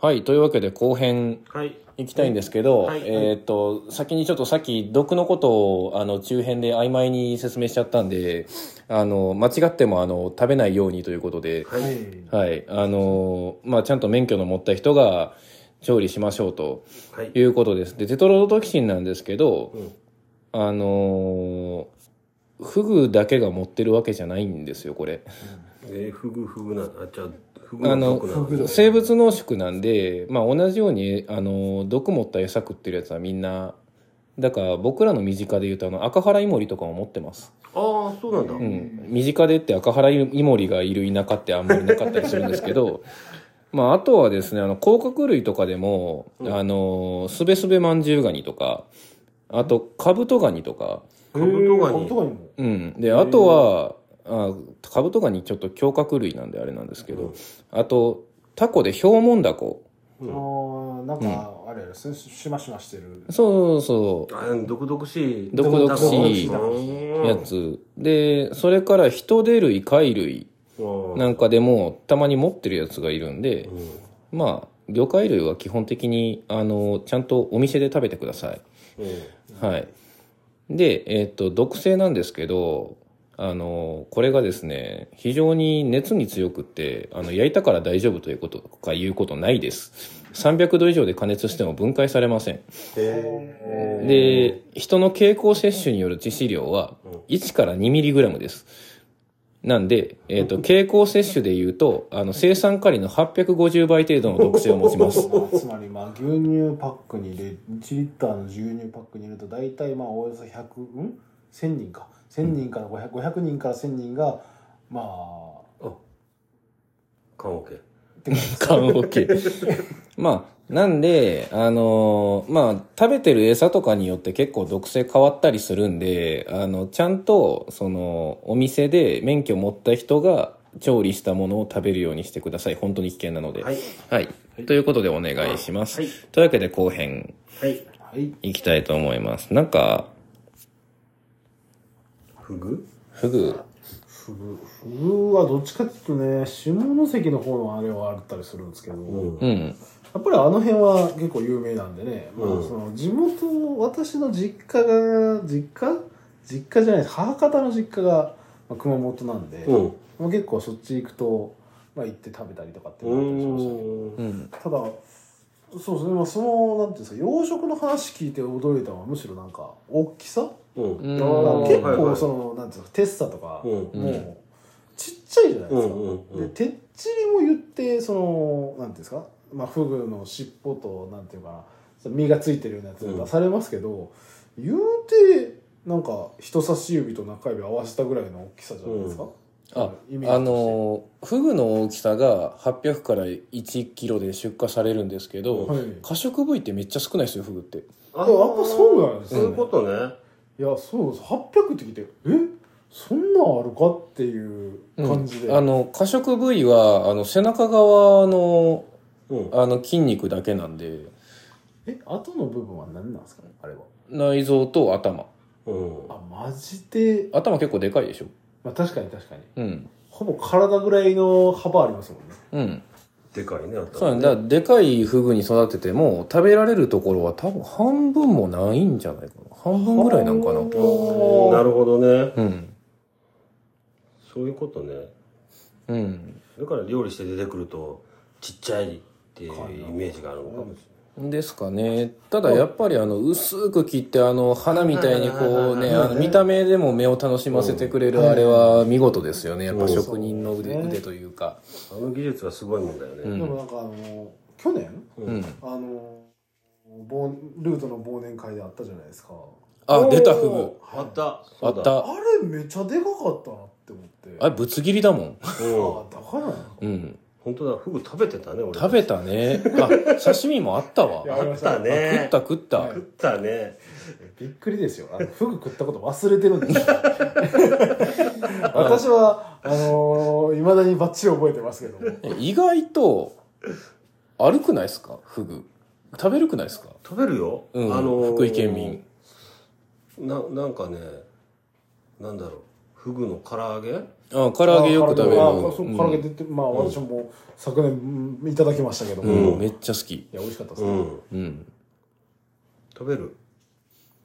はい、というわけで後編はい。行きたいんですけど、はいはいえーっと、先にちょっとさっき毒のことを、あの、中編で曖昧に説明しちゃったんで、あの、間違っても、あの、食べないようにということで、はい。はい、あの、まあ、ちゃんと免許の持った人が調理しましょうとはい。いうことです。で、テトロドトキシンなんですけど、うんあの、フグだけが持ってるわけじゃないんですよ、これ。えー、フグフグな、あ、じゃあ、フグあのの毒なの。生物濃縮なんで、まあ、同じようにあの毒持った餌食ってるやつはみんなだから僕らの身近で言うとあの赤原イモリとかも持ってます、ああ、そうなんだ。うん、身近でって赤原イモリがいる田舎ってあんまりなかったりするんですけど まああとはですねあの甲殻類とかでも、うんあのすべすべまんじゅうガニとかあとカブトガニとか、カブトガニカブトガニも。うん、であとはあカブトガニちょっと胸殻類なんであれなんですけど、うんあとタコでヒョウモンダコうんあーなんか、あれやろ、すしましましてる。そうそうそあー毒々しい。毒々しい。いうやつ。で、それから人出類、貝類うん。なんかでも、たまに持ってるやつがいるんで、まあ、魚介類は基本的に、あの、ちゃんとお店で食べてください。うはい。で、えっ、と、毒性なんですけど、あの、これがですね、非常に熱に強くって、あの、焼いたから大丈夫ということか言うことないです。300度以上で加熱しても分解されません。ん。で、で、人の経口摂取による致死量はうん1から2ミリグラムです。なんで、えっ、と、経口摂取で言うと、あの、生産カリの850倍程度の毒性を持ち ます。まあつまり、まあ、牛乳パックに入れ、1リッターの牛乳パックに入れると、大体、まあ、およそ100、ん ?1000 人か。1000人から500、500人から1000人が、まあ、あ、缶オケ。って感じです缶オケ。まあ、なんで、あのーまあ、食べてる餌とかによって結構毒性変わったりするんで、あの、ちゃんと、その、お店で免許持った人が調理したものを食べるようにしてください。本当に危険なので。はい。はい。ということでお願いします。はいというわけで後編はい。はい。いきたいと思います。なんか、フグフグ、ふぐ、ふぐはどっちかっていうとね、下関の方のあれはあったりするんですけど、うんう。ん。やっぱりあの辺は結構有名なんでね、まあうんその地元私の実家が実家実家じゃない母方の実家がまあ熊本なんで、うもん。う結構そっち行くと、まあ、行って食べたりとかっていうのがあったりしましたけどうん。うん。ただそうですね、まあ、そのなんていうんですか養殖の話聞いて驚いたのはむしろなんか大きさううん。ん結あー構その、なんていうんですかテッサとか、うんもうちっちゃいじゃないですか。うんうんうでんてっちりも言ってそのなんていうんですか、まあ、フグの尻尾となんていうかなその身がついてるようなやつうんが出されますけど、言うてなんか人差し指と中指合わせたぐらいの大きさじゃないですか、あ、意味としてあのー、フグの大きさが800から1キロで出荷されるんですけど、はい、い可食部位ってめっちゃ少ないですよ、フグって。あでもやっぱそうなんですそうねいうことね。やそうです800って聞いてえそんなんあるかっていう感じで、あの、可食部位は、あの、背中側の、うん。あの、筋肉だけなんで、え後の部分は何なんですかねあれは内臓と頭。うん。あマジで、頭結構でかいでしょ。まあ、確かに確かにうん。ほぼ体ぐらいの幅ありますもんねうん。でかいね、あったそうなんだ。だからでかいフグに育てても、食べられるところは多分半分もないんじゃないかな。半分ぐらいなんかな。はうんなるほどね。うん。そういうことね。うん。だから料理して出てくると、ちっちゃいっていうイメージがあるのかもしですかね。ただやっぱりあの、薄く切ってあの、花みたいにこうね、あの、見た目でも目を楽しませてくれるあれは見事ですよね。やっぱ職人の腕うん腕というか。れない。あの技術はすごいもんだようね。んでもなんかあの去年うん。あの忘ルートの忘年会であったじゃないですかあ、出たフグお。ーあった。あそうっだ。た。あれめちゃでかかったなって思ってあれ、ぶつ切りだもん。うん。あだからなのかうん。本当だ、フグ食べてたね、俺。食べたね。あ、刺身もあったわ。やあべあったね。食った食った。食ったね。びっくりですよあのフグ食ったこと忘れてるんですよ 私はあのいまだにバッチリ覚えてますけども意外と、悪くないですかフグ。食べるくないですか食べるよ。うん。あのー福井県民。。な、なんかね、なんだろう。フグの唐揚げあ唐揚げよく食べるああそう唐揚げうん出てまあ私も昨年うんいただきましたけどうも、んいめっちゃ好きや美味しかったですうね、んうん食べる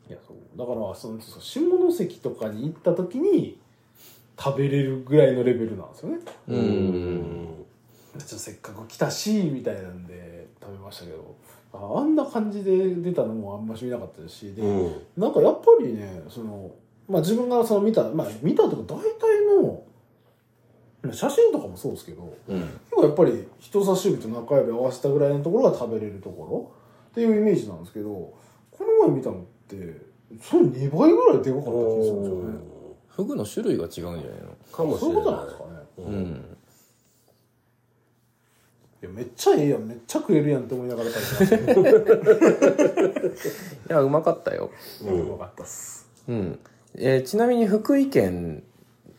いやそうだからそのそう下関とかに行った時に食べれるぐらいのレベルなんですよねううんんちょっとせっかく来たしみたいなんで食べましたけどああんな感じで出たのもあんまし見なかったですしで、うんなんかやっぱりねその、まあ、自分がその見た、まあ、見たというか大体のまあ写真とかもそうですけどうん結構やっぱり人差し指と中指合わせたぐらいのところが食べれるところっていうイメージなんですけどこの前見たのってその2倍ぐらいでかかった気がするんですよね。フグの種類が違うんじゃないのかもしそういれうなことなんですかいね。ううんんいやめっちゃええやんめっちゃ食えるやんって思いながら食べてましたけどいやうまかったようんよかったっす。うん、えーちなみに福井県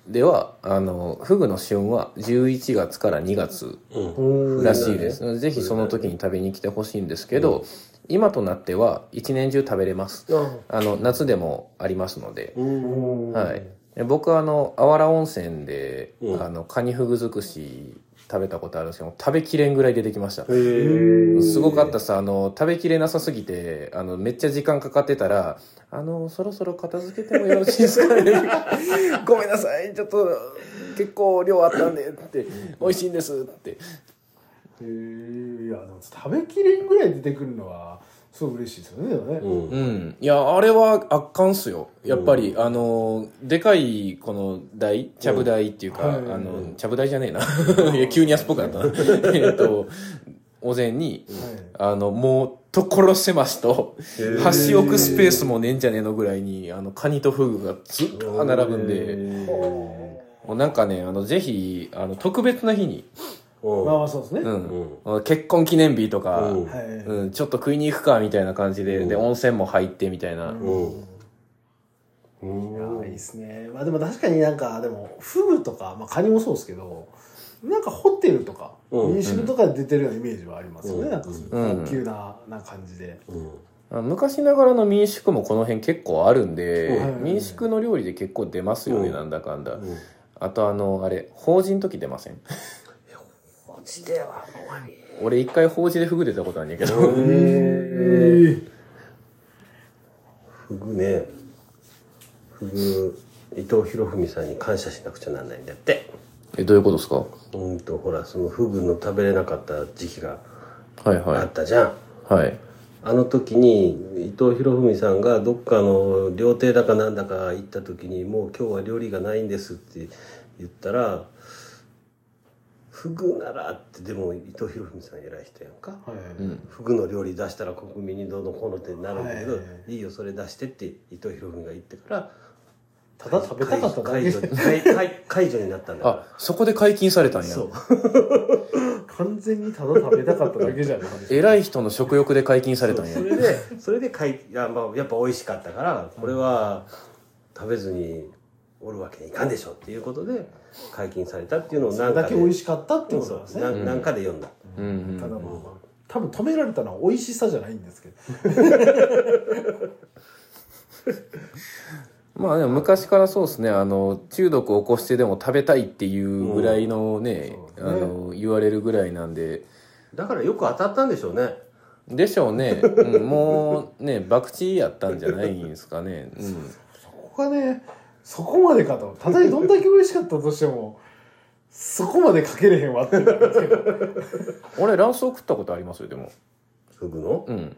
ではあのフグの旬は11月から2月うんららしいです、ぜひその時に食べに来てほしいんですけど、今となっては一年中食べれますあの夏でもありますので、うんはい、で僕はあのあわら温泉で、うんあのカニフグ尽くし食べたことあるんですけど食べきれんぐらい出てきましたへーすごかったさ、あの、食べきれなさすぎて、あの、めっちゃ時間かかってたら、あの、そろそろ片付けてもよろしいですか ねごめんなさい、ちょっと、結構量あったんで、って、美味しいんですって。へえいやでも食べきれんぐらい出てくるのはすごい嬉しいですよねでもね、うんうん。いや、あれは圧巻っすよ。やっぱり、あの、でかい、この台、ちゃぶ台っていうか、うんはいあうのん、ちゃぶ台じゃねえな。 いや、急に安っぽくな ったな。えっと、お膳に、あの、もう、所狭しと、箸置くスペースもねえんじゃねえのぐらいに、あの、カニとフグがずっと並ぶんで、でもうなんかね、あの、ぜひ、あの、特別な日に、はい、まあそうですね、うはん、結婚記念日とか、うんい、うん、ちょっと食いに行くか、みたいな感じで、うんで、温泉も入って、みたいな。うんいやいいですねまあでも確かになんかでもフグとか、まあ、カニもそうですけどなんかホテルとかうん民宿とかで出てるようなイメージはありますよね、うんなんかそういううん高級なな感じで、うんあ昔ながらの民宿もこの辺結構あるんで、うん民宿の料理で結構出ますよね、うんなんだかんだ。うんあとあの、あれ、法事の時出ません マジでは俺一回法事でフグ出たことあるんやけど。へえフグねフグ伊藤博文さんに感謝しなくちゃなんないんだってえ、どういうことですかうんとほらそのフグの食べれなかった時期がはいはあいっ。たじゃん、はい。あの時に伊藤博文さんがどっかの料亭だかなんだか行った時にもう今日は料理がないんですって言ったらフグならってでも伊藤博文さん偉い人やんかはいフグの料理出したら国民にどうのこうのってなるんだけど、はいい、いよそれ出してって伊藤博文が言ってからただ食べたかっただけ解除解解解除になったんだあか、そこで解禁されたんらや。そう完全にただ食べたかっただけじゃない偉い人の食欲で解禁されたんやそ。れでそれでかいいや,、まあ、やっぱ美味しかったからこれは食べずにおるわけにいかんでしょっていうことで解禁されたっていうのをそなれんかだでけ美味しかったってことそなんうですそねうななんかで読んだ、うんうんただまあまあ多分止められたのは美味しさじゃないんですけどまあでも昔からそうですね、あの、中毒を起こしてでも食べたいっていうぐらいのね、うあんそうですねの、言われるぐらいなんで、だからよく当たったんでしょうねでしょうね、うんもうね、博打やったんじゃないんですかね。うんそこがねそこまでかとたとえどんだけ美味しかったとしてもそこまでかけれへんわっていうのが俺、卵巣食ったことありますよ、でも。フグのうん。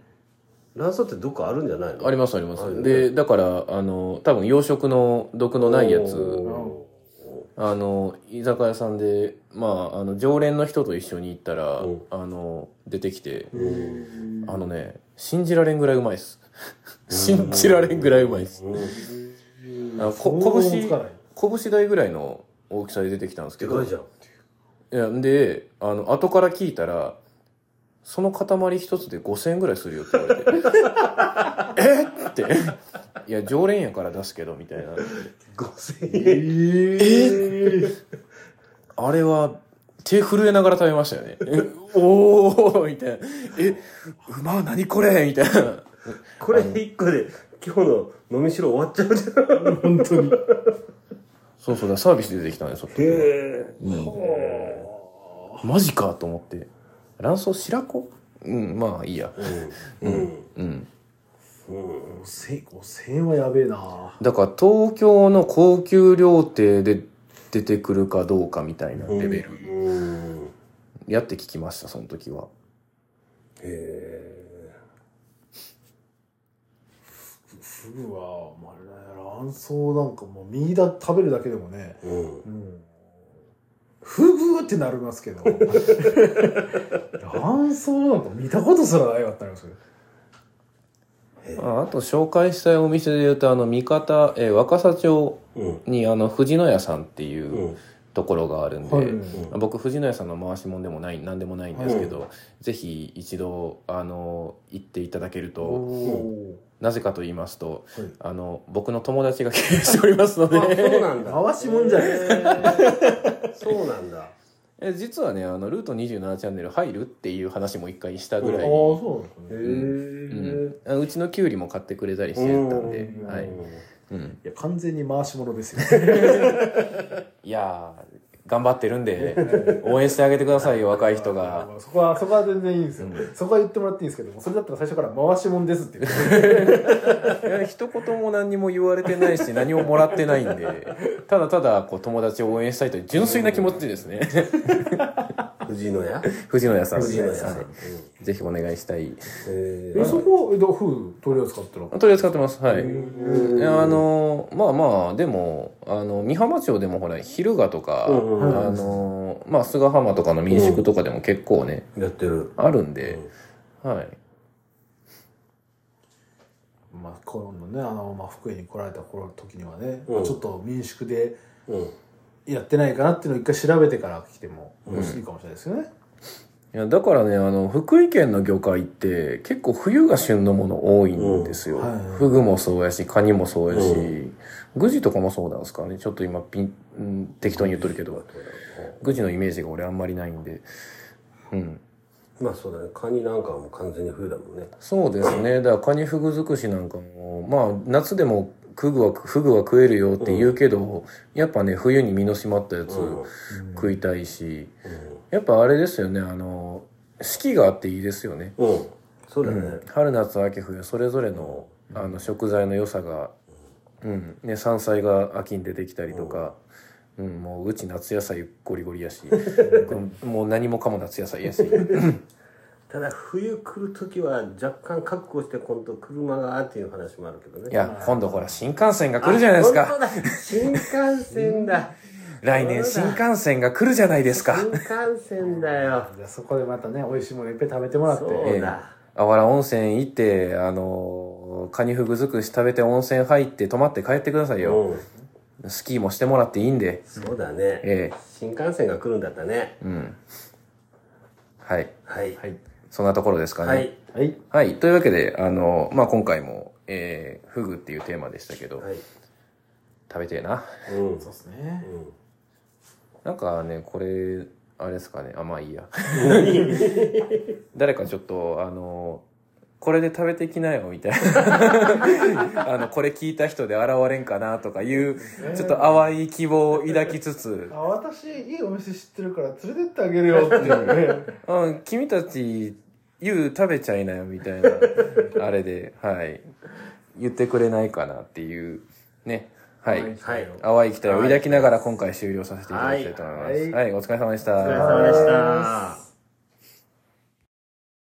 卵巣ってどっかあるんじゃないのあります、ありまあるす。ねで、だから、あの、多分養殖の毒のないやつおあの居酒屋さんで、まあ、あの常連の人と一緒に行ったらうんあの出てきてーうんあのね信じられんぐらいうまいっす信じられんぐらいうまいっすうんあのこ想像もつかない拳拳大ぐらいの大きさで出てきたんですけでどかいいじゃんやであの後から聞いたらその塊一つで5000円ぐらいするよって言われてえっって いや常連やから出すけどみたいな5000え円ー、あれは手震えながら食べましたよね。えおおみたいな。え、うまっ何これみたいな。これ一個で今日の飲みしろ終わっちゃうじゃん本当にそうそうだ、サービス出てきたね、そっへち。え。マジかと思って。卵巣白子うん、まあいいや。うん。うん。 5000 5000円はやべえなだから東京の高級料亭で出てくるかどうかみたいなレベル。うん。へやって聞きました、その時は。え。フグはまあ卵巣なんかもう身だ食べるだけでもねうん。うんフグってなりますけど卵巣なんか見たことすらないわってなりますよああと紹介したいお店で言うと、あの、三方、えー若狭町うん。。にあの、藤野屋さんっていううんところがあるんで、はいうん僕藤野屋さんの回しもんでもない何でもないんですけど、ぜひ一度あの行っていただけると、おなぜかと言いますとーはいあの僕の友達が経営しておりますのあ、そうでなんだ。回しもんじゃないですか。そうなんだ。え実はねあのルート27チャンネル入るっていう話も一回したぐあらい、あそうなんへですねえ。うん、うちのキュウリも買ってくれたりしてたんでう、んはいうん、いや完全に回し物ですよいやー頑張ってるんで応援してあげてくださいよ若い人が まあそこはそこは全然いいんですよ、そこは言ってもらっていいんですけどもそれだったら最初から回しもんですって言っていや一言も何にも言われてないし何ももらってないんでただただこう友達を応援したいという純粋な気持ちでですね藤野屋。 藤野屋さん藤野屋さん。はういんぜひお願いしたいへ ええ。そこはフグ取り扱ってるとりあえず使ってますはいうんいやあのまあまあでもあの美浜町でもほら昼賀とか、うんうんうんあのまあ菅浜とかの民宿とかでも結構ね、やってる。あるんで、はいまあ、このねあの、まあ、福井に来られた頃時にはね、うんちょっと民宿でうん。やってないかなっていうのを一回調べてから来てもいいかもしれないですよね、いやだからねあの福井県の魚介って結構冬が旬のもの多いんですよ、うんはいフグもそうやしカニもそうやし、うグジとかもそうなんですかねちょっと今ピンうん適当に言っとるけどグジのイメージが俺あんまりないんでうんまあ、そうだね。カニなんかはもう完全に冬だもんね。そうですね。だからカニフグ尽くしなんかも、まあ夏でもフグは、フグは食えるよって言うけど、やっぱね、冬に身の締まったやつうん。食いたいし、うんやっぱあれですよね、あの、四季があっていいですよね。うん。そうだうんね。春夏秋冬それぞれの,、あの食材の良さが、うんね、山菜が秋に出てきたりとか、うんもううち夏野菜ゴリゴリやし うんもう何もかも夏野菜やしただ冬来る時は若干覚悟して今度車がっていう話もあるけどねいや今度ほら新幹線が来るじゃないですあか本当だ新幹線だ来年新幹線が来るじゃないですか新幹線だよじゃあそこでまたね美味しいものいっぱい食べてもらってそえうえだあわら温泉行ってあのカニフグ尽くし食べて温泉入って泊まって帰ってくださいよ、うんスキーもしてもらっていいんでそうだねええ新幹線が来るんだったねうんはいはいはいそんなところですかね、はいはいはい。というわけで、あの、まあ、今回も、えー、フグっていうテーマでしたけど、はい食べてえな。うんうんそうですねなんかね、これ、あれですかね。あ、まあいい や。誰かちょっと、あの、これで食べてきなよ、みたい な。あの、これ聞いた人で現れんかな、とかいう、ちょっと淡い希望を抱きつつあ、私いいお店知ってるから連れてってあげるよって いうねうん、君たち、言う食べちゃいなよ、みたい な、あれで、はい。言ってくれないかなっていう、ね。はいはい淡い期待を抱きながら今回終了させていただきたいと思います。ははいい、はいお疲れ様でした。お疲れ様でした